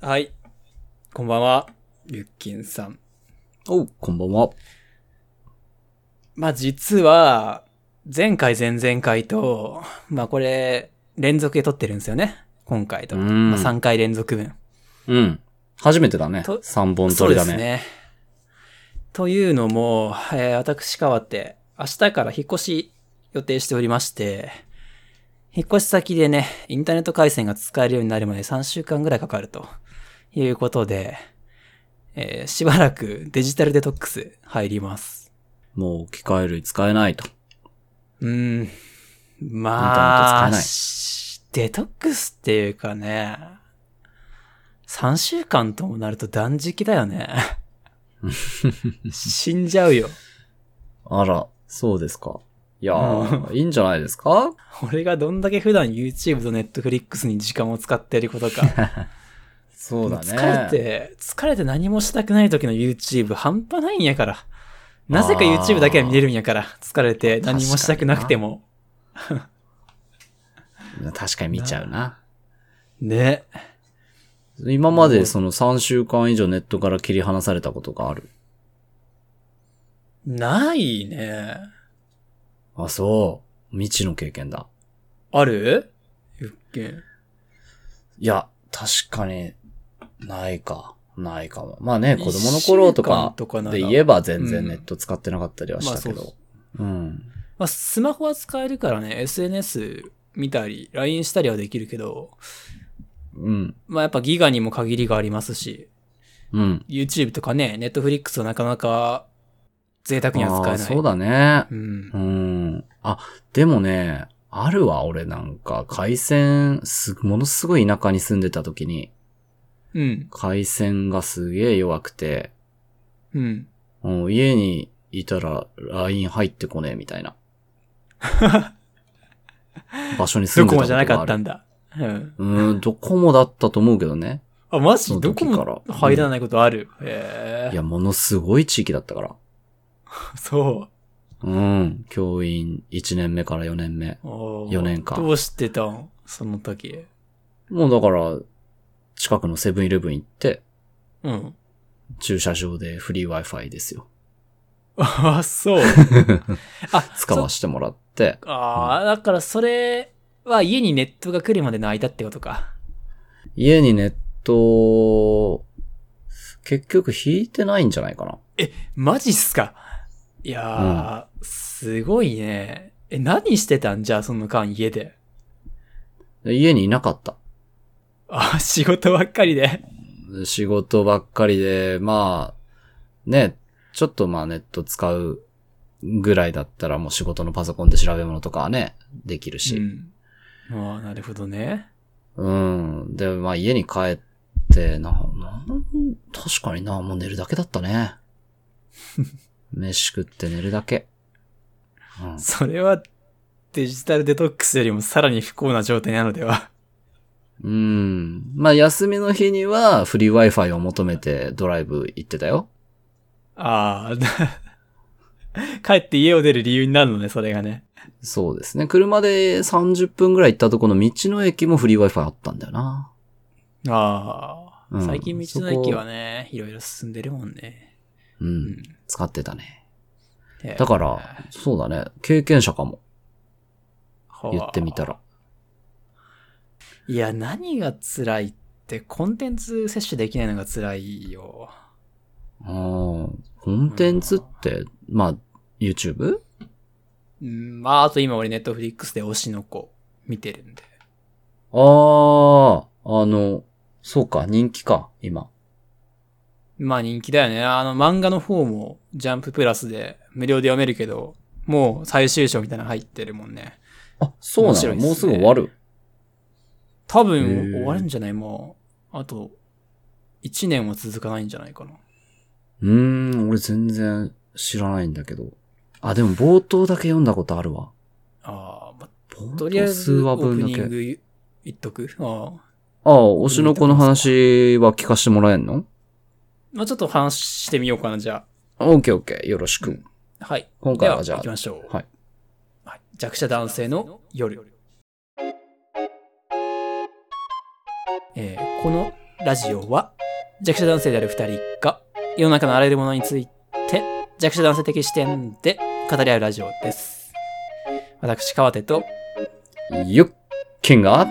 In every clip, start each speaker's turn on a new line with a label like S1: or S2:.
S1: はい。こんばんは。
S2: ゆっきんさん。
S3: おう、こんばんは。
S1: まあ実は、前回前々回と、まあこれ、連続で撮ってるんですよね。今回と。
S3: うん
S1: まあ、3回連続分。
S3: うん。初めてだね。
S1: と
S3: 3本
S1: そ
S3: 撮
S1: う
S3: り
S1: で
S3: だ
S1: す
S3: ね。
S1: ね。というのも、えー私川って、明日から引っ越し予定しておりまして、引っ越し先でね、インターネット回線が使えるようになるまで3週間ぐらいかかるということで、えーしばらくデジタルデトックス入ります。
S3: もう機械類使えないと。
S1: うーん。
S3: インターネット使
S1: ま
S3: え
S1: あ
S3: ない、
S1: しデトックスっていうかね、3週間ともなると断食だよ ね。死んじゃうよ。
S3: あら、そうですか。いや
S1: う
S3: ー、いいんじゃないですか
S1: 俺がどんだけ普段 YouTube と Netflix に時間を使ってることか。
S3: そうだね。
S1: 疲れて、疲れて何もしたくない時の YouTube 半端ないんやから。なぜか YouTube だけは見れるんやから。疲れて何もしたくなくても。
S3: 確かに見ちゃうな。
S1: ね。
S3: 今までその3週間以上ネットから切り離されたことがある。
S1: ないね。
S3: あ、そう。未知の経験だ。
S1: あるうっけん。
S3: いや、確かに、ないか。ないかも。まあね、子供の頃と
S1: 一週間
S3: か
S1: とかなら
S3: で言えば全然
S1: うん
S3: ネット使ってなかったりはしたけ
S1: まあそう
S3: ど
S1: そ。
S3: うん。
S1: まあ、スマホは使えるからね、SNS 見たり、LINE したりはできるけど、
S3: うん。
S1: まあやっぱギガにも限りがありますし、
S3: うん。
S1: YouTube とかね、Netflix はなかなか贅沢には使えない。
S3: あーそうだね。
S1: うん
S3: う。ん。あ、でもね、あるわ、俺なんか、回線、す、ものすごい田舎に住んでた時に、
S1: うん。
S3: 回線がすげえ弱くて、
S1: うん。
S3: もう家にいたら LINE 入ってこねえみた いな。場所に住
S1: ド
S3: んで
S1: コ
S3: た
S1: モ
S3: こと
S1: じゃ
S3: があ
S1: な
S3: る。
S1: かったんだ。うん。
S3: うん、ドコモだったと思うけどね。
S1: あ、マジ
S3: その
S1: ドコ
S3: 時から
S1: モ入らないことある。へ
S3: い
S1: え。
S3: や、ものすごい地域だったから。
S1: そ
S3: うん。教員1年目から4年目。
S1: う。おー
S3: 四年間
S1: どうしてたんその時。
S3: もうだから、近くのセブンイレブン行って、
S1: うん。
S3: 駐車場でフリー Wi-Fi ですよ。
S1: ああ、 そう。あ、
S3: 使わしてもらって。
S1: ああ、だからそれは家にネットが来るまでの間ってことか。
S3: 家にネット、結局引いてないんじゃないかな。
S1: マジっすか。いやー、すごいね。え、何してたんじゃあ、その間家で。
S3: で家にいなかった。
S1: あ、仕事ばっかりで。
S3: 仕事ばっかりで、まあ、ね、ちょっとまあネット使うぐらいだったらもう仕事のパソコンで調べ物とかはね、できる
S1: う
S3: し。
S1: ん。ああ、なるほどね。
S3: うん。で、まあ家に帰って、な、なん、確かにな、もう寝るだけだった ね。飯食って寝るだけ。うん
S1: それは、デジタルデトックスよりもさらに不幸な状態なのでは。
S3: うん。まあ、休みの日にはフリー Wi-Fi を求めてドライブ行ってたよ。
S1: ああ、な 帰って家を出る理由になるのね、それがね。
S3: そうですね。車で30分ぐらい行ったとこの道の駅もフリー Wi-Fi あったんだよな。
S1: ああ、
S3: うん
S1: 最近道の駅はね、いろいろ進んでるもんね。
S3: うん。
S1: ん
S3: 使ってたね。
S1: ええ
S3: だから、そうだね。経験者かも。
S1: はあ
S3: 言ってみたら。
S1: いや、何が辛いって、コンテンツ摂取できないのが辛いよ。
S3: あーコンテンツって、まあ、YouTube?
S1: うん、まあ、あと今俺ネットフリックスで推しの子見てるんで。
S3: ああ、あの、そうか、人気か、今。
S1: まあ人気だよね。あの漫画の方もジャンププラスで無料で読めるけど、もう最終章みたいなの入ってるもんね。
S3: あ、そう
S1: 面
S3: な
S1: 白
S3: の、
S1: いっすね
S3: もうすぐ終わる。
S1: 多
S3: へ
S1: 分
S3: ー
S1: 終わるんじゃないもう、あと、1年は続かないんじゃないかな。
S3: うーん、俺全然知らないんだけど。あ、でも冒頭だけ読んだことあるわ。
S1: ああ、ま
S3: 冒
S1: あ、とりあえ
S3: 頭数
S1: ず
S3: 話
S1: オー
S3: 分
S1: プ
S3: だ
S1: ニン
S3: け。
S1: グ言っとく。ああ。
S3: ああ、推しの子の話は聞かせてもらえんの
S1: まあちょっと話してみようかな、じゃ
S3: オッケーオッケー、よろしく。
S1: あ。はい。
S3: 今
S1: で
S3: 回
S1: は
S3: はじゃ
S1: 行
S3: あ
S1: き、ましょう。
S3: はい
S1: はい。弱者男性の夜。えーこのラジオは、弱者男性である二人が、世の中のあらゆるものについて、弱者男性的視点で語り合うラジオです。私、川手と
S3: ユッケンが、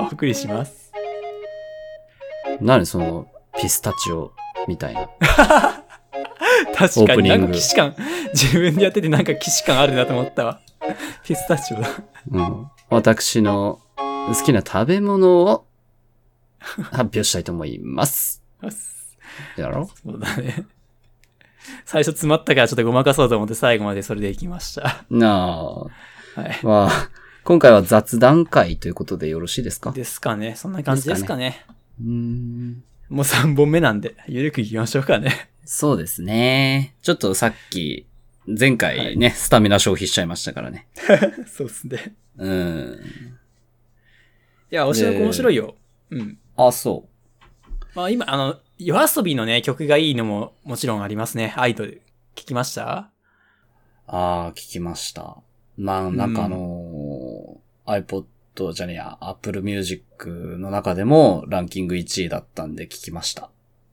S1: お送りします。
S3: 何その、ピスタチオみたいな。
S1: 確か
S3: オープ
S1: に
S3: ニン
S1: な
S3: グ
S1: んか既視感、自分でやっててなんか既視感あるなと思ったわ。ピスタチオだ。
S3: うん。私の好きな食べ物を発表したいと思います。やろ
S1: そうだね。最初詰まったからちょっとごまかそうと思って最後までそれでいきました。
S3: な
S1: はい
S3: あ。。まあ、今回は雑談会ということでよろしいですか
S1: ですかね。そんな感じですかね。
S3: うーん。
S1: もう3本目なんで、ゆるくいきましょうかね。
S3: そうですね。ちょっとさっき、前回ね、スタミナ消費しちゃいましたからね。
S1: そうっすね。
S3: うん。
S1: いや、おしのこ面白いよ。うん。
S3: あ、そ
S1: まあ今、あの、夜遊びのね、曲がいいのももちろんありますね。アイドル。聞きました
S3: う。ああ、聞きました。まあ、なんかあのー iPod じゃねえや、Apple Music の中でもランキング1位だったんで聞きました。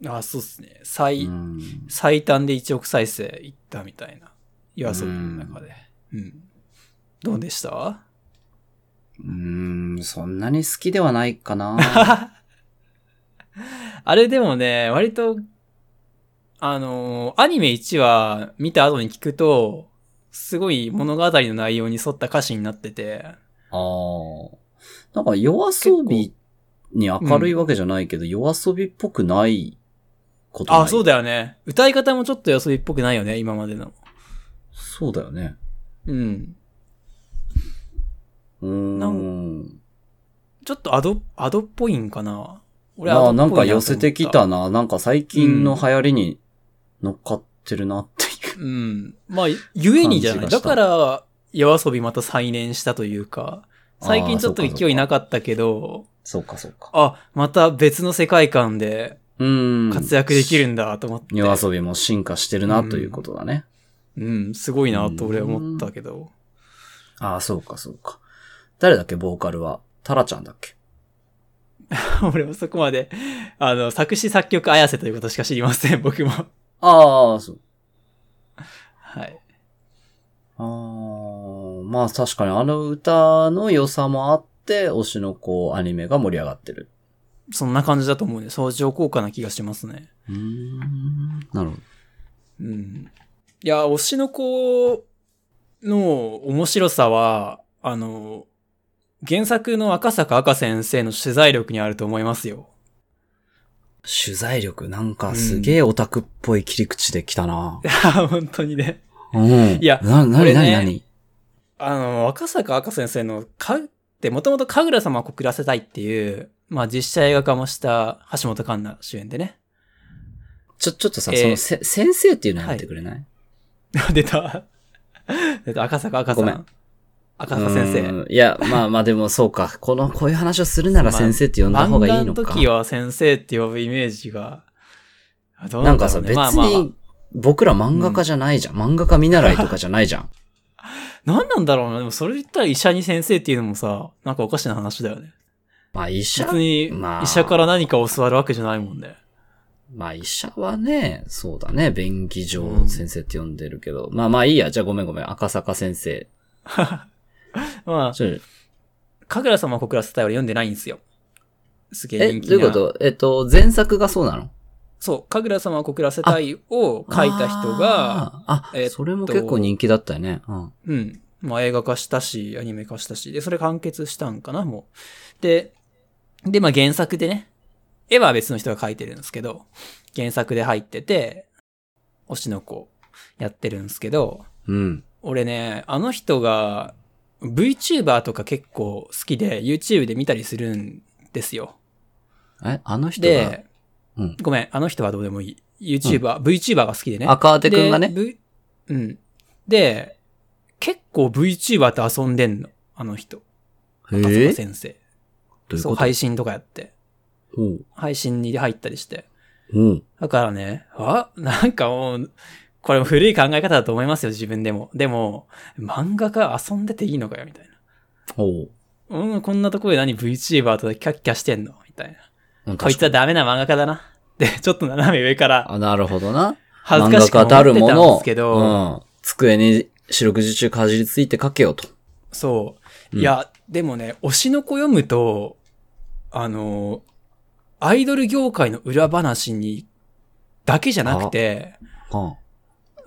S1: あ、そうっすね。最、
S3: うん
S1: 最短で1億再生いったみたいな。夜遊びの中で。うん。どうでした
S3: うーん、そんなに好きではないかな。
S1: あれでもね、割と、あのーアニメ1話見た後に聞くと、すごい物語の内容に沿った歌詞になってて、
S3: ああ。なんか夜遊びに明るいわけじゃないけど、夜遊びっぽくないことない。
S1: あ、そう
S3: だ。
S1: だよね。歌い方もちょっと夜遊びっぽくないよね、今までの。
S3: そうだよね。
S1: うん。
S3: うーん。
S1: なちょっとアド、アドっぽいんかな。俺
S3: まあ
S1: アド
S3: な
S1: っ
S3: ん
S1: ぽ
S3: か
S1: いと思
S3: 寄
S1: った
S3: せてきた。な。なんか最近の流行りに乗っかってるなっていう。
S1: うん。まあ、ゆえにじゃない。
S3: 感じ
S1: だ
S3: がした
S1: から、夜遊びまた再燃したというか、最近ちょっと勢いなかったけど、
S3: そうかそうか。
S1: あまた別の世界観で
S3: うーん。
S1: 活躍できるんだと思って。
S3: 夜遊びも進化してるなということだね。
S1: うん、すごいなと俺は思ったけど。
S3: ああ、そうかそうか。誰だっけ、ボーカルは。タラちゃんだっけ。
S1: 俺もそこまで、あの、作詞作曲綾瀬ということしか知りません、僕も。
S3: ああ、そう。
S1: はい。
S3: あーまあ確かにあの歌の良さもあって、推しの子アニメが盛り上がってる。
S1: そんな感じだと思うね。相乗効果な気がしますね。
S3: なるほど。
S1: うん。いや、推しの子の面白さは、あの、原作の赤坂赤先生の取材力にあると思いますよ。
S3: 取材力、なんかすげえオタクっぽい切り口できたな。
S1: 本当にね。
S3: うん。
S1: いや
S3: な、な
S1: これ
S3: に
S1: ね
S3: なになに
S1: あの、赤坂赤先生の、か、って、もともと神楽様を告らせたいっていう、まあ実写映画化もした橋本環奈主演で ね。
S3: ちょ、ちょっとさ、
S1: えー
S3: そのせ、先生っていうのやってくれない、
S1: 出た。 出た、赤坂赤さ
S3: ご
S1: ん。
S3: めん
S1: 赤坂先生。
S3: 生。いや、まあまあでもそうか。この、こういう話をするなら
S1: まあ
S3: 先生って呼んだ方
S1: 漫
S3: がい
S1: 画
S3: い
S1: の
S3: のか。
S1: 時は先生って呼ぶイメージが、あどう
S3: なん
S1: だ
S3: か
S1: ろ
S3: さ、
S1: うね
S3: 別に、僕ら漫画家じゃないじゃん。漫画家見習いとかじゃないじゃん。
S1: 何なんだろうな。でもそれ言ったら医者に先生っていうのもさ、なんかおかしな話だよね。
S3: まあ医者
S1: 別に
S3: まあ
S1: 医者から何かを教わるわけじゃないもんね。
S3: まあ医者はね、そうだね、便宜
S1: う
S3: 上
S1: ん
S3: 先生って呼んでるけど、まあまあいいや、じゃあごめんごめん、赤坂先生。
S1: まあ、
S3: ちょ
S1: 神楽様を告らせたい俺読んでないんですよ。すげえ
S3: え、
S1: 人気な
S3: どういうことえっと、前作がそうなの
S1: そう、神楽様を告らせたいを書いた人が、、
S3: あー、
S1: えっ
S3: あ
S1: と
S3: それも結構人気だったよね。うん。
S1: うん、まあ映画化したし、アニメ化したし、で、それ完結したんかな、もう。で、で、まあ原作でね、絵は別の人が書いてるんですけど、原作で入ってて、推しの子やってるんですけど、
S3: うん。
S1: 俺ね、あの人が VTuber とか結構好きで YouTube で見たりするんですよ。
S3: え、あの人が、
S1: で、
S3: うん
S1: ごめん、あの人はどうでもいい。YouTuber、VTuber が好きでね。
S3: 赤当てくんが
S1: で
S3: ね。
S1: V- うん。で、結構 VTuber と遊んでんの。あの人。
S3: え
S1: 赤
S3: ー
S1: 坂先生。
S3: どういう
S1: そう、
S3: こと
S1: 配信とかやって。
S3: おう
S1: 配信に入ったりして。
S3: おう
S1: だからね、あ なんかもう、これも古い考え方だと思いますよ、自分でも。でも、漫画家遊んでていいのかよ、みたいな。
S3: おう
S1: うん、こんなところで何 VTuber とキャッキャしてんのみたいな。
S3: うん
S1: こいつはダメな漫画家だな。で、ちょっと斜め上から
S3: あ、なるほどな。
S1: 恥ずかしく思
S3: 漫
S1: って
S3: 画
S1: たん
S3: 家たるも
S1: で
S3: の
S1: すけど、
S3: うん、机に四六時中かじりついて書けよと。
S1: そう。
S3: うん
S1: いや、でもね、推しの子読むと、あの、アイドル業界の裏話に、だけじゃなくて、
S3: う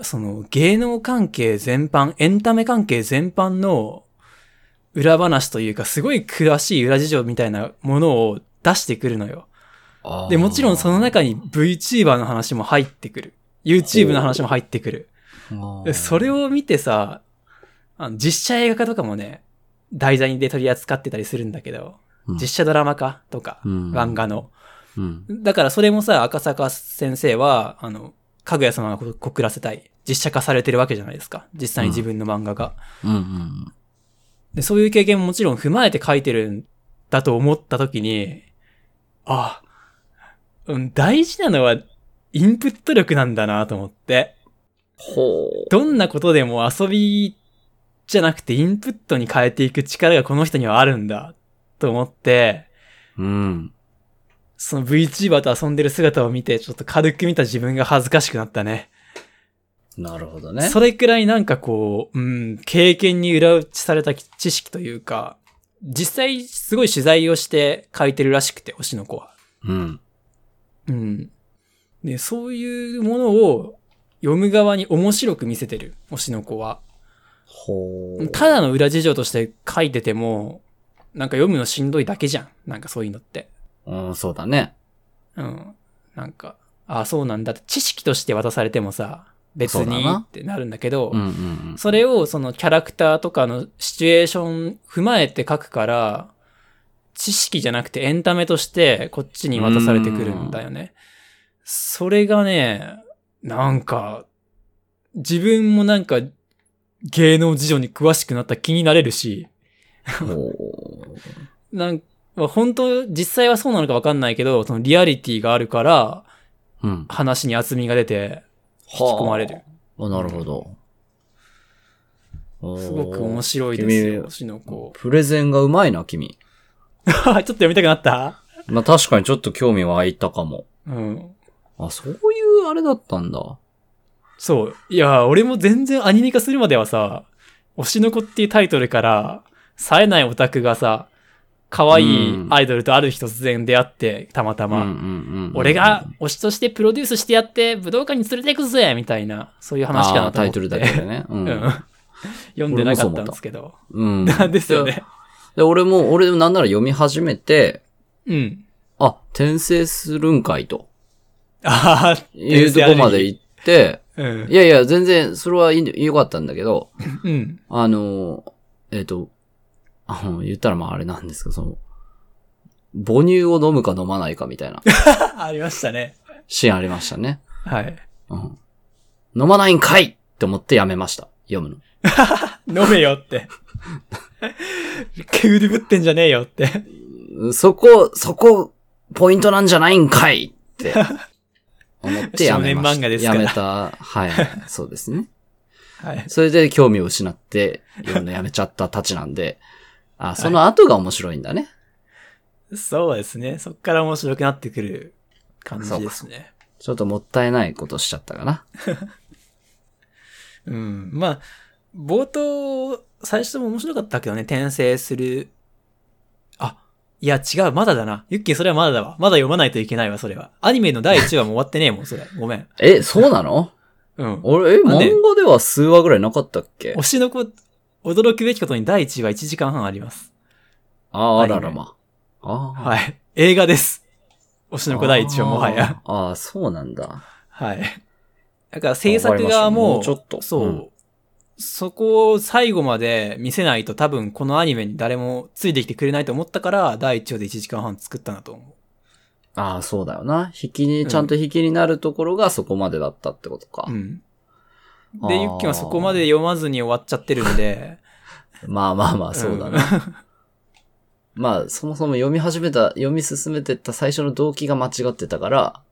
S3: ん。
S1: その芸能関係全般、エンタメ関係全般の裏話というか、すごい詳しい裏事情みたいなものを出してくるのよ。
S3: あー
S1: で、もちろんその、中に VTuber の話も入ってくる。YouTube の話も入ってくる。でそれ
S3: を、
S1: を見てさ、あの実写映画化とかもね、題材で取り扱ってたりするんだけど、
S3: うん
S1: 実写ドラマ化とか、
S3: うん
S1: 漫画の。
S3: うん。
S1: だからそれもさ、赤坂先生は、あの、かぐや様がこ告らせたい。実写化されてるわけじゃないですか。実際に自分の漫画が。
S3: うんうん。
S1: で、そういう経験ももちろん踏まえて書いてるんだと思った時に、あ、うん、大事なのはインプット力なんだなと思って。
S3: ほ
S1: どんなことでも遊びじゃなくてインプットに変えていく力がこの人にはあるんだと思って、
S3: う。うん。
S1: その VTuber と遊んでる姿を見て、ちょっと軽く見た自分が恥ずかしくなったね。
S3: なるほどね。
S1: それくらいなんかこう、うん、経験に裏打ちされた知識というか、実際すごい取材をして書いてるらしくて、推しの子は。
S3: うん。
S1: うん。で、そういうものを読む側に面白く見せてる、推しの子は。
S3: ほう。
S1: ただの裏事情として書いてても、なんか読むのしんどいだけじゃん。なんかそういうのって。
S3: うん、そうだね。
S1: うん。なんか、ああ、そうなんだって知識として渡されてもさ、別
S3: そうだ
S1: に
S3: な
S1: ってなるんだけど、
S3: うんうんうん。
S1: それをそのキャラクターとかのシチュエーション踏まえて書くから、知識じゃなくてエンタメとしてこっちに渡されてくるんだよね。それがね、なんか、自分もなんか芸能事情に詳しくなった気になれるし、
S3: ほ
S1: なんか本当、実際はそうなのかわかんないけど、そのリアリティがあるから
S3: う。うん。
S1: 話に厚みが出て
S3: 引
S1: 引き込まれる。。
S3: あ、なるほど。
S1: すごく面
S3: 白
S1: 白いですよ、
S3: 君
S1: 星の子。
S3: プレゼンがうまいな、君。
S1: ちょっと読みたくなった
S3: まあ、確かにちょっと興味湧いたかも。
S1: うん。
S3: あ、そういうあれだったんだ。
S1: そう。いや、俺も全然アニメ化するまではさ、推しの子っていうタイトルから、冴えないオタクがさ、可愛いアイドルとある日突然出会って、たまたま。
S3: うんうんうんうん
S1: 俺が推しとしてプロデュースしてやって、武道館に連れて行くぜみたいな、そういう話か
S3: あ
S1: な
S3: ー
S1: と思
S3: タ
S1: って。
S3: イトルだけでね。う
S1: うんん。。 読んでなかったんですけど。
S3: うん。
S1: なん ですよね。
S3: で。俺も、俺もなんなら読み始めて、
S1: うん。
S3: あ、転生するんかいと。
S1: ああ、
S3: いうとこまで行 って、
S1: うん
S3: い。やいや、全然、それはいい良かったんだけど、
S1: うん。
S3: あの、えっ、と、あの、言ったらまああれなんですけど、その、母乳を飲むか飲まないかみ たいな
S1: ありましたね。
S3: シーンありましたね。
S1: はい。
S3: うん。飲まないんかいって思ってやめました。読むの。
S1: 飲めよって。 くるぶってんじゃねえよって。
S3: そこ、そこ、ポイントなんじゃないんかいって、思ってやめまし
S1: 少年漫
S3: た。
S1: 画ですから
S3: やめた、はい、そうですね。
S1: はい。
S3: それで興味を失って、読むのやめちゃったたちな んで、あ、その後が面白いんだね。
S1: そうですね。そっから面白くなってくる感じですね。
S3: ちょっともったいないことしちゃったかな。
S1: うん。まあ、冒頭、最初も面白かったけどね、転生する。あ、いや違う、まだだな。ユッキーそれはまだだわ。まだ読まないといけないわ、それは。アニメの第1話も終わってねえもん、それ。ごめん。
S3: え、そうなの
S1: うん。
S3: 俺、え、
S1: なんで
S3: 漫画では数話ぐらいなかったっけ
S1: 推しの子、驚くべきことに第1話1時間半あります。
S3: あ、
S1: ア
S3: あ
S1: ニメ
S3: ららま。あー
S1: はい。映画です。推しの子第1話もはや。。
S3: あーあー、そうなんだ。
S1: はい。だから制作側も、
S3: わかりましたもうちょっと
S1: そう、
S3: うん
S1: そこを最後まで見せないと多分このアニメに誰もついてきてくれないと思ったから、第1話で1時間半作ったなと思
S3: ああ、そうだよな。引きに、ちゃんと引きになるところがそこまでだったってことか。
S1: う。うん。
S3: あ
S1: で、
S3: ー
S1: ゆっきーはそこまで読まずに終わっちゃってるんで、
S3: まあまあまあ、 そうだな。まあ、そもそも読み始めた、読み進めてった最初の動機が間違ってたから、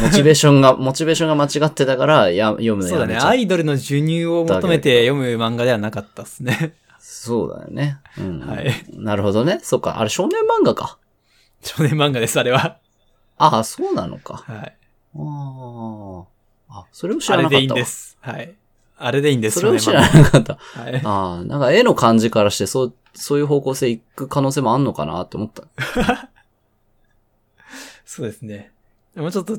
S3: モチベーション が、モチベーションが間違ってたから、や、読むの
S1: そう
S3: や
S1: だ
S3: め
S1: ね。
S3: ちゃ
S1: ア
S3: う。
S1: イドルの授乳を求めて読む漫画ではなかったっすね。
S3: そうだよね。うん。
S1: はい
S3: なるほどね。そっか。あれ、少年漫画か。
S1: 少年漫画です、あれは。
S3: ああ、そうなのか。
S1: はい。
S3: ああ。あ、それを知
S1: あ
S3: らな
S1: れ
S3: かった
S1: で
S3: わ。
S1: いいんです。はい。あれでいいんです、
S3: それを知
S1: 少
S3: ら
S1: 年
S3: なかった。
S1: 漫画。はい。
S3: ああ、なんか絵の感じからして、そう、そういう方向性行く可能性もあんのかなって思った。
S1: そうですね。もうちょっと、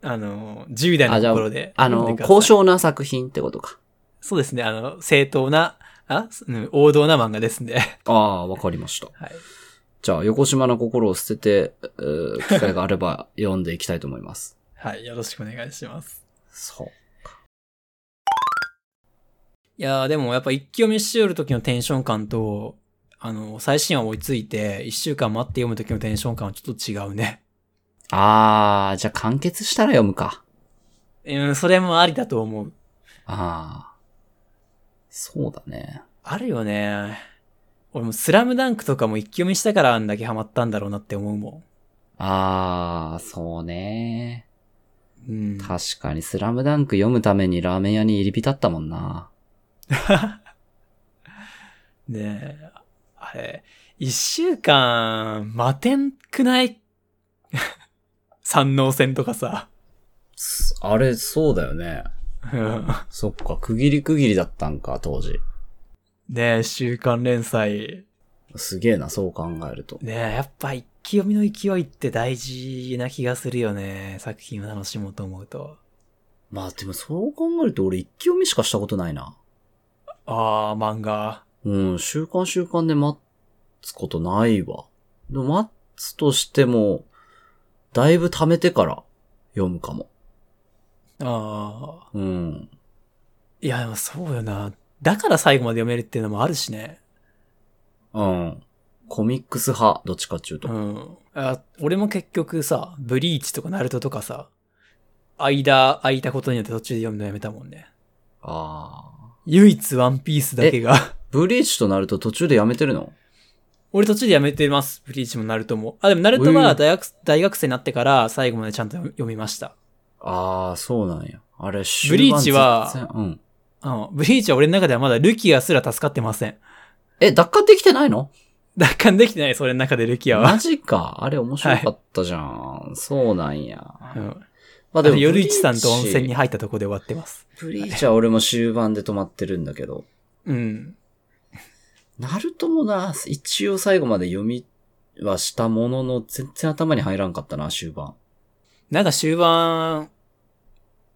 S1: あの、10代のところで。
S3: あ
S1: 読
S3: の、
S1: んでください
S3: 高尚な作品ってことか。
S1: そうですね。あの、正当な、あ、うん王道な漫画ですん で。
S3: ああ、わかりました。
S1: はい。
S3: じゃあ、横島の心を捨てて、えー機会があれば 読んでいきたいと思います。
S1: はい。よろしくお願いします。
S3: そう。
S1: いやーでもやっぱ一気読みしよる時のテンション感と、あの、最新話追いついて、一週間待って読む時のテンション感はちょっと違うね。
S3: ああ、じゃあ完結したら読むか。
S1: うん、それもありだと思う。
S3: ああ。そうだね。
S1: あるよね。俺もスラムダンクとかも一気読みしたからあんだけハマったんだろうなって思うも
S3: ああ、そうね。
S1: ん。うん。
S3: 確かに、スラムダンク読むためにラーメン屋に入り浸ったもんな。
S1: ねえ、あれ、一週間待てんくない 三能戦とかさ。
S3: あれ、そうだよね。
S1: うん
S3: そっか、区切り区切りだったんか、当時。
S1: ねえ、週刊連載。
S3: すげえな、そう考えると。
S1: ねえ、やっぱ一気読みの勢いって大事な気がするよね。作品を楽しもうと思うと。
S3: まあでもそう考えると俺一気読みしかしたことないな。
S1: ああ、漫画。
S3: うん、週刊週刊で待つことないわ。でも待つとしても、だいぶ貯めてから読むかも。
S1: ああ。
S3: うん。
S1: いや、でもそうよな。だから最後まで読めるっていうのもあるしね。
S3: うん。コミックス派、どっちかっちゅうと。
S1: うん。あ俺も結局さ、ブリーチとかナルトとかさ、間、空いたことによって途中で読むのやめたもんね。
S3: あ
S1: 唯一ワンピースだけが。
S3: ー。ブリーチとなると途中でやめてるの
S1: 俺途中でやめてます。ブリーチもナルトも。あ、でもナルトは大学、大学生になってから最後までちゃんと読みました。
S3: あー、そうなんや。あれ、
S1: ブリーチは
S3: 終盤全然うん。
S1: あの、ブリーチは俺の中ではまだルキアすら助かってません。
S3: え、奪還できてないの
S1: 奪還できてないです、俺の中でルキアは。
S3: マジか。あれ面白かったじゃん。そうなんや。
S1: うん。
S3: まあ
S1: あの夜市さんと温
S3: ブリー
S1: 泉
S3: チ
S1: に入ったとこで終わってます。
S3: ブリーチは俺も終盤で止まってるんだけど。
S1: うん。
S3: ナルトもな、一応最後まで読みはしたものの、全然頭に入らんかったな、終盤。
S1: なんか終盤、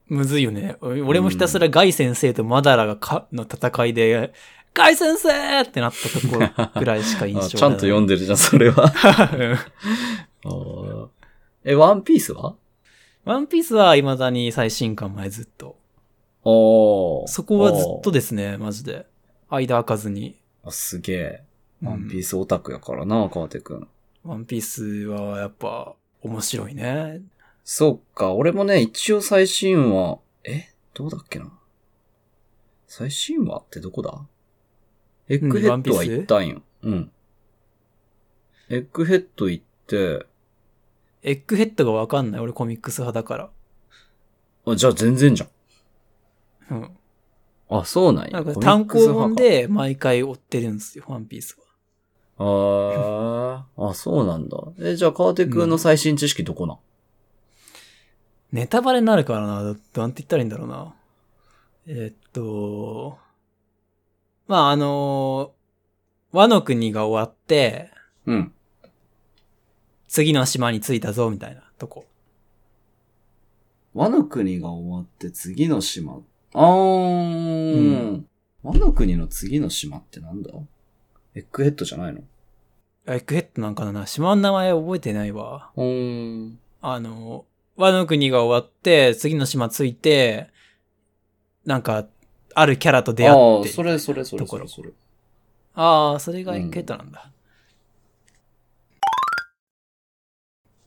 S1: むずいよね。お俺もひたすらガイ先生とマダラがか、の戦いで、ガイ先生ってなったところぐらいしか印象
S3: あ
S1: が
S3: ちゃんと読んでるじゃん、そ れは。
S1: うん
S3: あーえ、ワンピースは
S1: ワンピースは未だに最新刊前ずっと。
S3: おー
S1: そこはずっとですね、マジで。間開かずに。
S3: おーあすげえ。
S1: うん
S3: ワンピースオタクやからな、川手くん。
S1: ワンピースはやっぱ面白いね。
S3: そっか、俺もね、一応最新話、えどうだっけな最新話ってどこだエッグヘ
S1: ワ
S3: ッ
S1: ンピ
S3: ド
S1: ース
S3: は行ったんよ。うん。エッグヘッド行って、
S1: エッグヘッドがわかんない。俺コミックス派だから。
S3: あ、じゃあ全然じゃん。
S1: うん。
S3: あ、そうなんや。
S1: なんか
S3: コミ
S1: 単
S3: ックス
S1: 行本
S3: 派か。
S1: で毎回追ってるんですよ、ワンピースは。
S3: あーあ、そうなんだ。え、じゃあ川手くんの最新知識どこな、
S1: ネタバレになるからな。なんて言ったらいいんだろうな。えーっと、まあ、あの和の国が終わって、
S3: うん、
S1: 次の島に着いたぞ、みたいなとこ。
S3: 和の国が終わって次の島。あー、うん、和の国の次の島ってなんだエッグヘッドじゃないの
S1: エッグヘッドなんかな島の名前覚えてないわ。
S3: うーん。
S1: あの、和の国が終わって、次の島着いて、なんか、あるキャラと出
S3: あ
S1: 会っ
S3: あ、
S1: て。
S3: それそれそれ
S1: と
S3: そ
S1: こ
S3: れ
S1: ろ
S3: それ。
S1: ああ、それがエッグヘッドなんだ。
S3: ああ、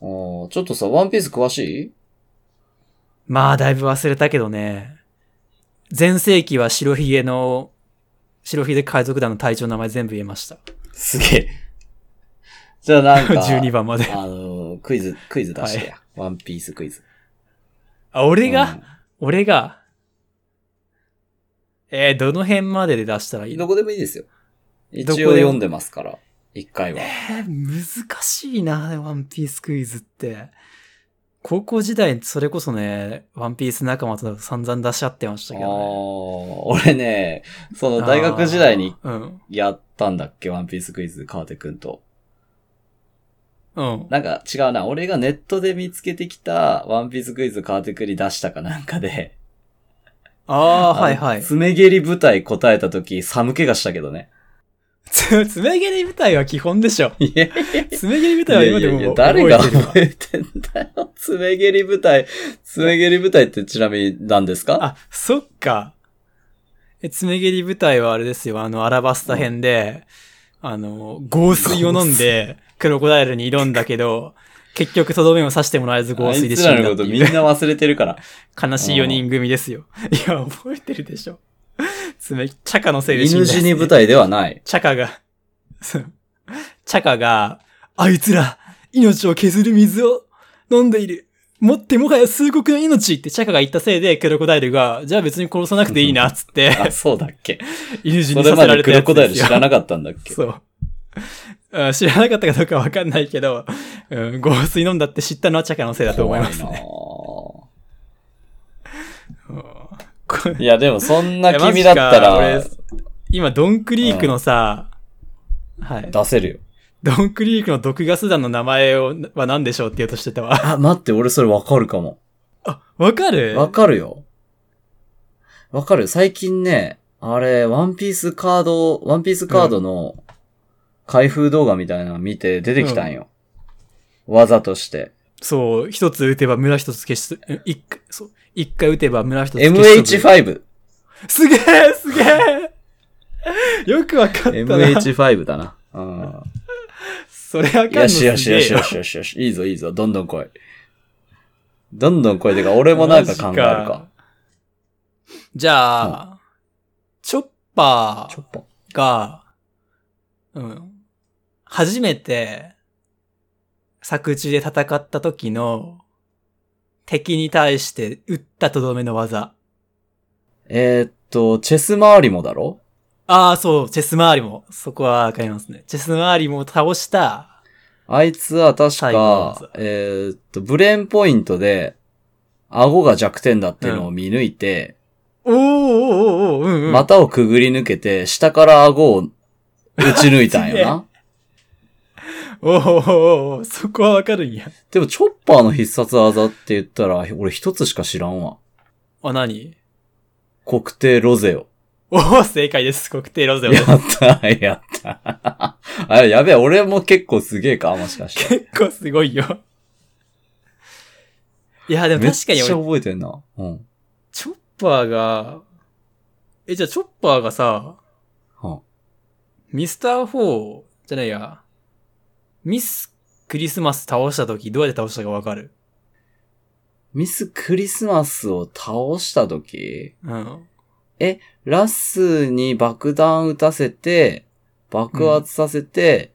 S3: ちょっとさ、ワンピース詳しい
S1: まあ、だいぶ忘れたけどね。前世紀は白ひげの、白ひげ海賊団の隊長の名前全部言えました。
S3: すげえ。じゃあなんか、
S1: 12番まで。
S3: あのー、クイズ、クイズ出してや。ワンピースクイズ。
S1: あ、俺
S3: う
S1: が
S3: ん、
S1: 俺が、えー、どの辺までで出したらいいの
S3: どこでもいいですよ。一
S1: どこで
S3: 応
S1: も
S3: 読んでますから。一回は。
S1: えー難しいな、ワンピースクイズって。高校時代、それこそね、ワンピース仲間と散々出し合ってましたけ
S3: あ
S1: ど
S3: ー俺ね、その
S1: ね。
S3: 大学時代に
S1: あー。うん。
S3: やったんだっけ、ワンピースクイズ、川手くんと。
S1: うん。
S3: なんか違うな、俺がネットで見つけてきたワンピースクイズ川手くんに出したかなんかで、
S1: ああ、はいは
S3: あの
S1: い。
S3: 爪蹴り舞台答えた時、寒気がしたけど ね。
S1: つ爪蹴り舞台は基本でしょ。
S3: いやい
S1: 爪蹴り舞台
S3: や
S1: はい
S3: や
S1: 今
S3: い
S1: でも覚え
S3: や、
S1: て
S3: 誰
S1: るわ
S3: が覚えてんだよ。爪蹴り舞台、爪蹴り舞台ってちなみに何です か
S1: あ、そっか。え、爪切り舞台はあれですよ。あの、アラバスタ編で、あの、合水を飲んで、クロコダイルに挑んだけど、結局とどめを刺してもらえず合
S3: あ
S1: 水で
S3: い
S1: 死
S3: つ
S1: んだ
S3: らの
S1: っ
S3: こ
S1: て
S3: とみ
S1: い
S3: ん
S1: う
S3: な忘れ てるから。
S1: 悲しい4人組ですよ。いや、覚えてるでしょ。爪、チャカのせいで死んだ
S3: 犬
S1: やつね
S3: 死に舞台ではない。
S1: チャカが、 そうチャカが、あいつら、命を削る水を飲んでいる。持ってもはや数国の命ってチャカが言ったせいで、クロコダイルが、じゃあ別に殺さなくていいな、つって、
S3: あ、そうだっ け。
S1: 犬死
S3: そ
S1: に
S3: れ
S1: させ
S3: ま
S1: られ
S3: で
S1: た
S3: ク
S1: や
S3: ロ
S1: つ
S3: コダイル
S1: で
S3: 知
S1: すよ。
S3: らなかったんだっけ。
S1: そう。あ知らなかったかどうかわかんないけど、うん、合水飲んだって知ったのはチャカのせいだと思いますね。
S3: 怖
S1: こ
S3: いなあいや、でもそん
S1: い
S3: な
S1: やマジか
S3: 君だったら
S1: 俺今、ドンクリークのさ、はい。
S3: 出せるよ。
S1: ドンクリークの毒ガス弾の名前をは何でしょうって言おうとしてたわ。
S3: あ、待って、俺それわかるかも。
S1: わかる
S3: わかるよ。わかる。最近ね、あれ、ワンピースカード、ワンピースカードの開封動画みたいなの見て出てきたんよ。技として。
S1: そう、一つ打てば村一つ消し、え一回、そう、一回打てば村一つ消し。。
S3: MH5。
S1: すげえすげえよくわかったな。
S3: MH5 だな。うん。
S1: それあかん
S3: よ
S1: の
S3: し
S1: すげえ
S3: よしよしよしよしよし。いいぞいいぞ。どんどん来い。どんどん来い。てか、俺もなんか考
S1: マ
S3: える
S1: ジ
S3: か。。
S1: じゃあ、チョッパ
S3: ちょっと。
S1: ーが、うん、初めて、作中で戦った時の、敵に対して撃ったとどめの技。
S3: えーっと、チェス周りもだろ
S1: ああ、そう、チェス周りも。そこはわかりますね。チェス周りも倒した。
S3: あいつは確
S1: 最後のや
S3: か
S1: つ、
S3: えーっと、ブレーンポイントで、顎が弱点だっていうのを見抜いて、
S1: おーおーおーおーうんうん。
S3: 股をくぐり抜けて、下から顎を打ち抜いたんよな。
S1: おーおーおーおーそこはわかるんや。
S3: でも、チョッパーの必殺技って言ったら、俺一つしか知らんわ。
S1: あ、何
S3: 国定ロゼオ。
S1: おお、正解です。国定ロゼオで
S3: や
S1: す。
S3: った、やった。 あれ、やべえ、俺も結構すげえか、もしかして。
S1: 結構すごいよ。いや、 でも
S3: めっ
S1: 確
S3: ち
S1: か
S3: ゃ
S1: に俺、
S3: 覚えてんな。うん。
S1: チョッパーが、え、じゃあチョッパーがさ、
S3: は
S1: ミスター4じゃないや、ミスクリスマス倒した時どうやって倒したかわかる
S3: ミスクリスマスを倒した時
S1: うん。
S3: ラッスに爆弾撃たせて、爆発させて、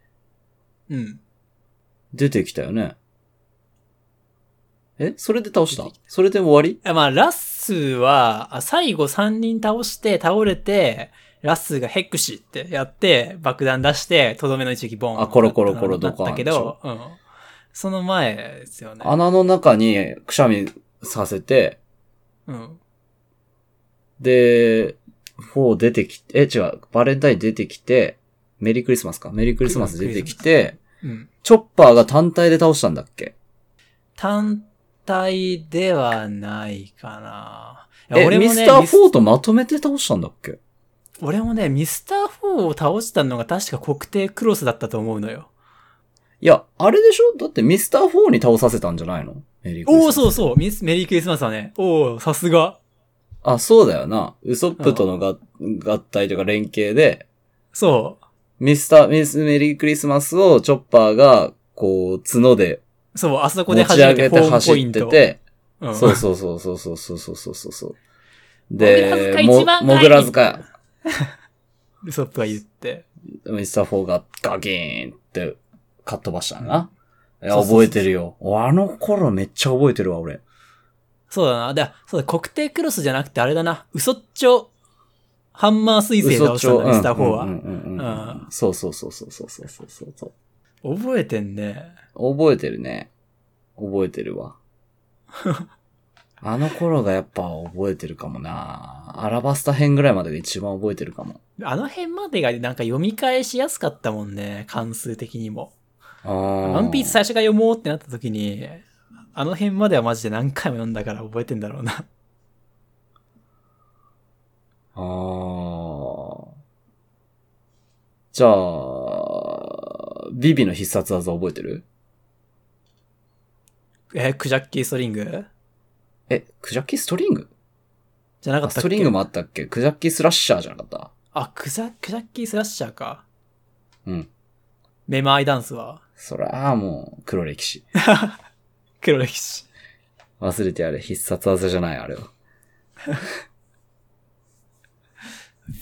S1: うん。
S3: 出てきたよね。えそれで倒したそれで終わり
S1: あまあ、ラッスーは、あ最後3人倒して、倒れて、ラッスーがヘックシーってやって、爆弾出して、とどめの一撃ボン。
S3: あコロコロコロドカーン
S1: だけど、うん。その前ですよね。
S3: 穴の中にくしゃみさせて、
S1: うん。
S3: で、4出てきて、え、違う、バレンタイン出てきて、メリークリスマスか。メリークリスマス出てきて、
S1: うん。
S3: チョッパーが単体で倒したんだっけ
S1: 単体ではないかな。いや
S3: え、
S1: 俺
S3: ミ
S1: も
S3: ス
S1: ね
S3: ター
S1: ミス
S3: 4とまとめて倒したんだっけ
S1: 俺もね、ミスター4を倒したのが確か国定クロスだったと思うのよ。
S3: いや、あれでしょだってミスター4に倒させたんじゃないのメリークリスマス。
S1: おお、そうそう、ミス、メリークリスマスはね。おお、さすが。
S3: あ、そうだよな。ウソップとのが合体というか連携で、
S1: そ
S3: ミスター、ミスメリークリスマスをチョッパーが、こう、角で
S1: う。そう、あそこで
S3: 持
S1: 初
S3: ち上
S1: めて
S3: げ
S1: ホ
S3: て
S1: ーム
S3: 走
S1: ポイン
S3: っ
S1: ト
S3: て。て、
S1: うん
S3: そうそうそうそうそうそうそうそうそうそう。
S1: モグラ
S3: で
S1: 塚、一番
S3: も、
S1: かい
S3: モグラ塚、
S1: ウソップが言って。
S3: ミスター4がガキーンって、かっ飛ばしたんだな。いや、
S1: そうそうそう
S3: 覚えてるよ。あの頃めっちゃ覚えてるわ、俺。
S1: そうだな。で、そうだ、国定クロスじゃなくてあれだな。ウソッチョハンマー水星で倒したんだね、スター4は。
S3: うんうんうんうん
S1: うん
S3: そうそうそうそうそうそうそうそうそう。
S1: 覚えてんね。
S3: 覚えてるね。覚えてる わ。あの頃がやっぱ覚えてるかもな。アラバスタ編ぐらいまでが一番覚えてるかも。
S1: あの辺までがなんか読み返しやすかったもんね、関数的にも。
S3: ああ。
S1: ワンピース最初から読もうってなった時に、あの辺まではマジで何回も読んだから覚えてんだろうな。
S3: ああ。じゃあ、ビビの必殺技覚えてる
S1: え、クジャッキーストリング
S3: え、クジャッキーストリング
S1: じゃなか
S3: あ
S1: ったっけ
S3: ストリングもあったっけクジャッキースラッシャーじゃなかった
S1: あ、クジャ、クジャッキースラッシャーか。
S3: うん。
S1: メマイダンスは
S3: そら、もう、黒歴史。
S1: 黒歴史。
S3: 忘れてやれ。必殺技じゃない、あれは。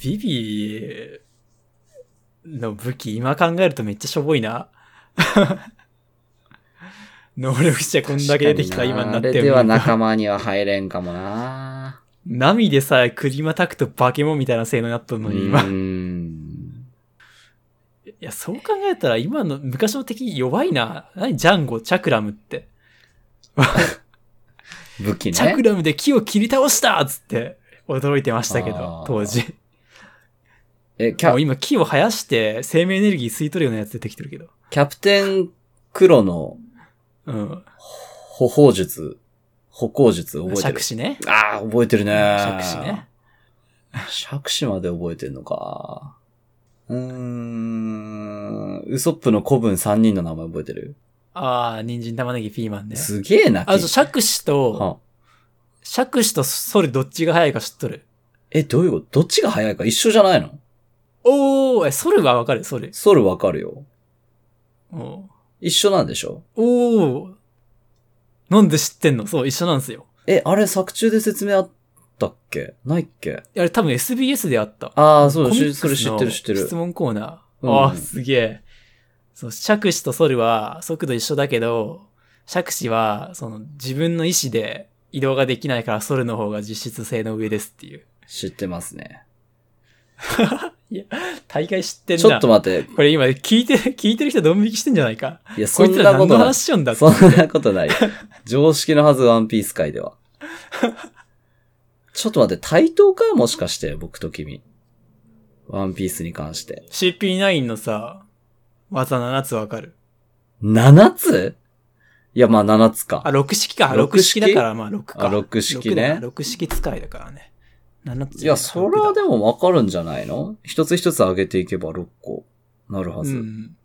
S1: ビビの武器、今考えるとめっちゃしょぼいな。 能力者こんだけ出てきた今になっ
S3: あ
S1: て
S3: れでは
S1: も
S3: 仲間には入れんかもな。
S1: 波でさえクリマタクとバケモンみたいな性能になっとんのに今。
S3: うー
S1: い
S3: ん。
S1: や、そう考えたら今の昔の敵弱いな。何ジャンゴ、チャクラムって。
S3: 武器ね。
S1: チャクラムで木を切り倒したっつって驚いてましたけ
S3: あ
S1: ど
S3: ー、
S1: 当時。
S3: え、キ
S1: もう
S3: ャ、
S1: 今木を生やして生命エネルギー吸い取るようなやつ出てきてるけど。
S3: キャプテン黒の
S1: うん。
S3: 歩法術、歩行術覚えてる
S1: 杓。子ね。
S3: ああ、覚えてるね。
S1: 杓子ね。
S3: 釈子まで覚えてんのか。うーん。ウソップの古文3人の名前覚えてる
S1: ああ、人参玉ねぎピーマンね。
S3: すげえな、
S1: あ、そう、
S3: 君
S1: 釈子と、
S3: は
S1: 釈子とソルどっちが早いか知っとる。
S3: え、どういうことどっちが早いか一緒じゃないの
S1: おー、え、ソルはわかる、ソル。
S3: ソルわかるよ。
S1: おー
S3: 一緒なんでしょ
S1: おー。なんで知ってんのそう、一緒なんですよ。
S3: え、あれ作中で説明あったっけないっけ
S1: あれ多分 SBS であった。
S3: ああ、そう
S1: コミッ
S3: し
S1: クス
S3: それ知ってる知って
S1: の質
S3: る。
S1: 問コーナー。
S3: うん
S1: ああ、すげえ。そう、釈子とソルは速度一緒だけど、釈子は、その、自分の意思で移動ができないからソルの方が実質性の上ですっていう。
S3: 知ってますね。
S1: 大概知ってんな。
S3: ちょっと待って。
S1: これ今聞いて、 聞いてる人ドン引きしてんじゃないか。
S3: いや、そ
S1: こい
S3: ん
S1: つら
S3: なこ
S1: 何
S3: と
S1: の
S3: ない
S1: 話。しよんだって
S3: そんなことない。常識のはず、ワンピース界 では。ちょっと待って、対等かもしかして、僕と君。ワンピースに関して。
S1: CP9 のさ、技7つわかる。
S3: 7ついや、まあ7つか
S1: あ、。6式か。
S3: 六
S1: 6式
S3: 式
S1: だから、まあ6か。
S3: あ六式ね
S1: 6だ6式使いだからね。7つ。
S3: いや、それはで
S1: も。
S3: もわかるんじゃないの一つ一つ上げていけば6個なるは
S1: う
S3: ず。
S1: ん。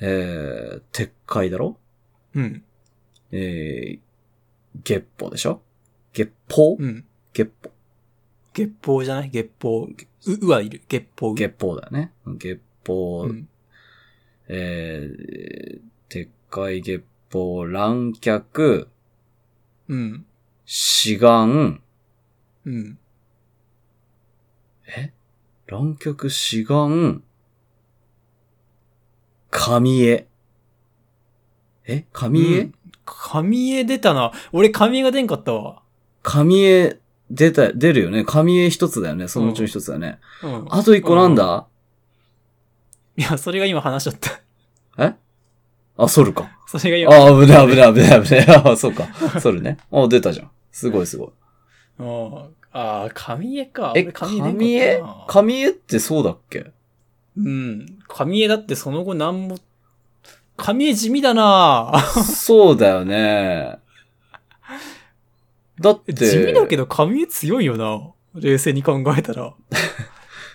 S3: えー、鉄塊だろ
S1: うん。
S3: えー、月歩でしょ月歩
S1: うん。
S3: 月歩。
S1: 月報じゃない月報。う、うはいる。月報。
S3: 月歩だよね。月歩、
S1: うん。
S3: えー、鉄海月報、乱脚、
S1: うん。
S3: 志願、
S1: うん。
S3: 乱脚、志願、神絵。え神絵、
S1: うん神絵出たな。俺神絵が出んかったわ。
S3: 神絵出た、出るよね。神絵一つだよね。そのうちの一つだよね。
S1: うん。
S3: あと一個なんだ、
S1: いや、それが今話しちゃった。
S3: えあ、ソルか。
S1: それが今。
S3: ああ、危ない危ない危ない危ない。 ああ、そうか。ソルね。あ出たじゃん。すごいすごい。
S1: うんああ、神絵か。
S3: え、
S1: 俺
S3: 神
S1: 出ん
S3: 絵
S1: かったな
S3: 神絵ってそうだっけ
S1: うん。神絵だってその後なんも、神絵地味だなぁ
S3: そうだよ ね。だって、
S1: 地味だけど神絵強いよな冷静に考えたら。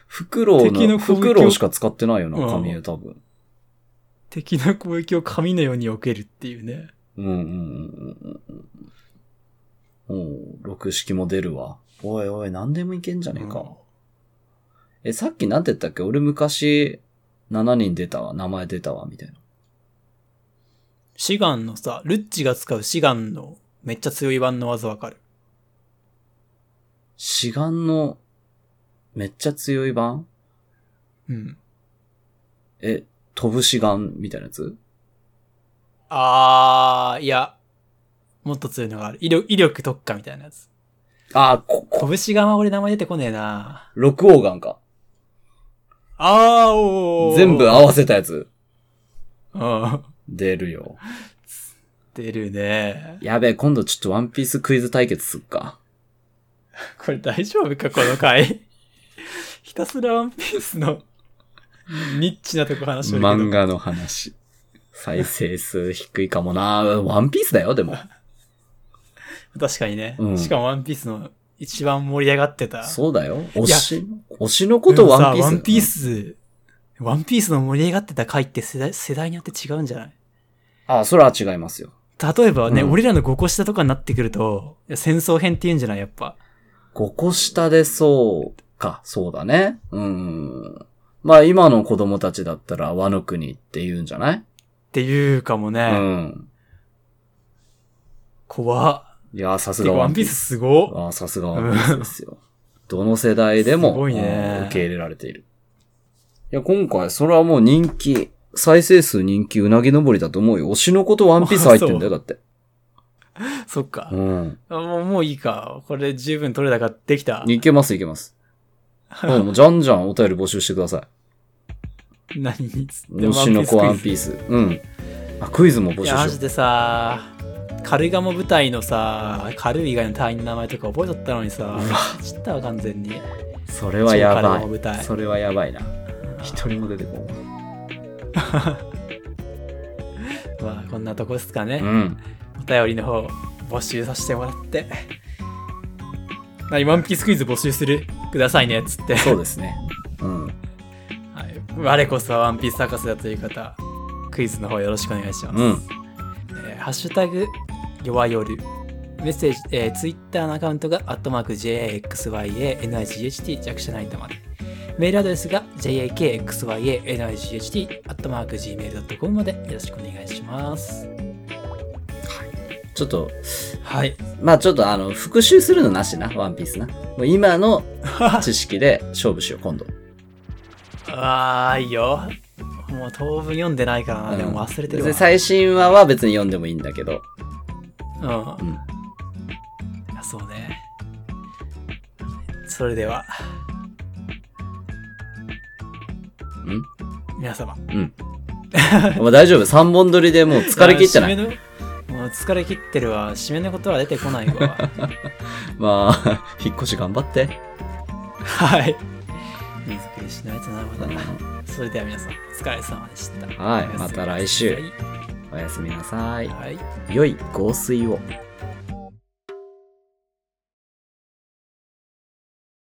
S3: フクロウ
S1: 敵
S3: の、
S1: の攻撃を
S3: フクロウしか使ってないよ
S1: う
S3: な、
S1: ん
S3: 神絵多分。
S1: 敵の攻撃を神のように避けるっていうね。
S3: うんうんうんうんうん。うん、六式も出るわ。おいおい、何でもいけんじゃねえか。え、さっきなんて言ったっけ俺昔、7人出たわ、名前出たわ、みたいな。
S1: シガンのさ、ルッチが使うシガンのめっちゃ強い版の技わかる。
S3: 志願の、めっちゃ強い版
S1: うん。
S3: え、飛ぶ志願みたいなやつ
S1: あー、いや、もっと強いのがある。威力威力特化みたいなやつ。
S3: あー、こ、こ、
S1: 拳があんま俺名前出てこねえな
S3: 六王眼か。
S1: あーおー
S3: 全部合わせたやつ。
S1: うん。
S3: 出るよ。
S1: 出るね。
S3: やべえ、今度ちょっとワンピースクイズ対決すっか。
S1: これ大丈夫かこの 回。ひたすらワンピースのニッチなとこ話してるけど。
S3: 漫画の話。再生数低いかもなワンピースだよ、でも。
S1: 確かにね、
S3: うん
S1: しかもワンピースの一番盛り上がってた。
S3: そうだよ。推
S1: いや
S3: し、推しのことワンピー
S1: でも
S3: ス。
S1: さワンピー。ス、ワンピースの盛り上がってた回って世代世代によって違うんじゃない
S3: あそれは違いますよ。
S1: 例えばね、
S3: うん
S1: 俺らの5個下とかになってくると、いや戦争編って言うんじゃないやっぱ。
S3: 5個下でそうか、そうだね。うん。まあ今の子供たちだったら和の国って言うんじゃない、
S1: っていうかもね、
S3: うん。
S1: 怖って
S3: いや、さす
S1: て
S3: が
S1: かワンピース。すごっ
S3: あさすがワンピースですよ。どの世代でも
S1: すごいね
S3: うん受け入れられている。いや、今回、それはもう人気、再生数人気、うなぎ登りだと思うよ。推しのことワンピース入ってんだよ、だって。
S1: そっか
S3: う、ん。
S1: あもう。もういいか。これ十分取れたかできた。
S3: いけます、いけます。うん、じゃんじゃんお便り募集してください。
S1: 何につって
S3: 推しの子ワンピー
S1: ス
S3: ス。うん。あ、クイズも募
S1: クイズ。い
S3: 集し
S1: や、
S3: よ
S1: マジでさ、カルガモ部隊のさ、カルー以外の隊員の名前とか覚えとったのにさ、知ったわ、完全に。
S3: う。それはや
S1: 超カル
S3: ば
S1: ガモ部隊
S3: い。それはやばいな。 一人も出てこない。
S1: まあ、こんなとこですかね。
S3: うん。
S1: お便りの方、募集させてもらって。何、ワンピースクイズ募集するくださいね、つって。
S3: そうですね。うん。
S1: はい、我こそはワンピース博士だという方、クイズの方よろしくお願いします。
S3: うん。
S1: えーハッシュタグ、弱夜。メッセージ、えー、ツイッターのアカウントが、アットマーク JAXYANIGHT 弱者ナイトまで。メールアドレスが、JAKXYANIGHT アットマーク Gmail.com までよろしくお願いします。
S3: ちょっと、
S1: はい。
S3: まあちょっとあの、復習するのなしな、ワンピースな。もう今 の知識で勝負しよう、今度。
S1: あー、いいよ。もう当分読んでないからな、でも忘れてる
S3: うん
S1: わ。
S3: 最新話は別に読んでもいいんだけど。
S1: うん
S3: う。ん。
S1: あそうね。それでは、
S3: うん
S1: 皆様。
S3: もう大丈夫、3本撮りでもう疲れ切ってな
S1: あ
S3: い。
S1: ー締めのもう疲れ切ってるわ。締めのことは出てこないわ。
S3: まあ、 引っ越し頑張って。
S1: はい。荷造りしないとなるほどな。それでは皆さん、お疲れ様でした。
S3: はい
S1: おやすみ
S3: また来週おやすみなさい
S1: な。さいはい。
S3: 良い香水を。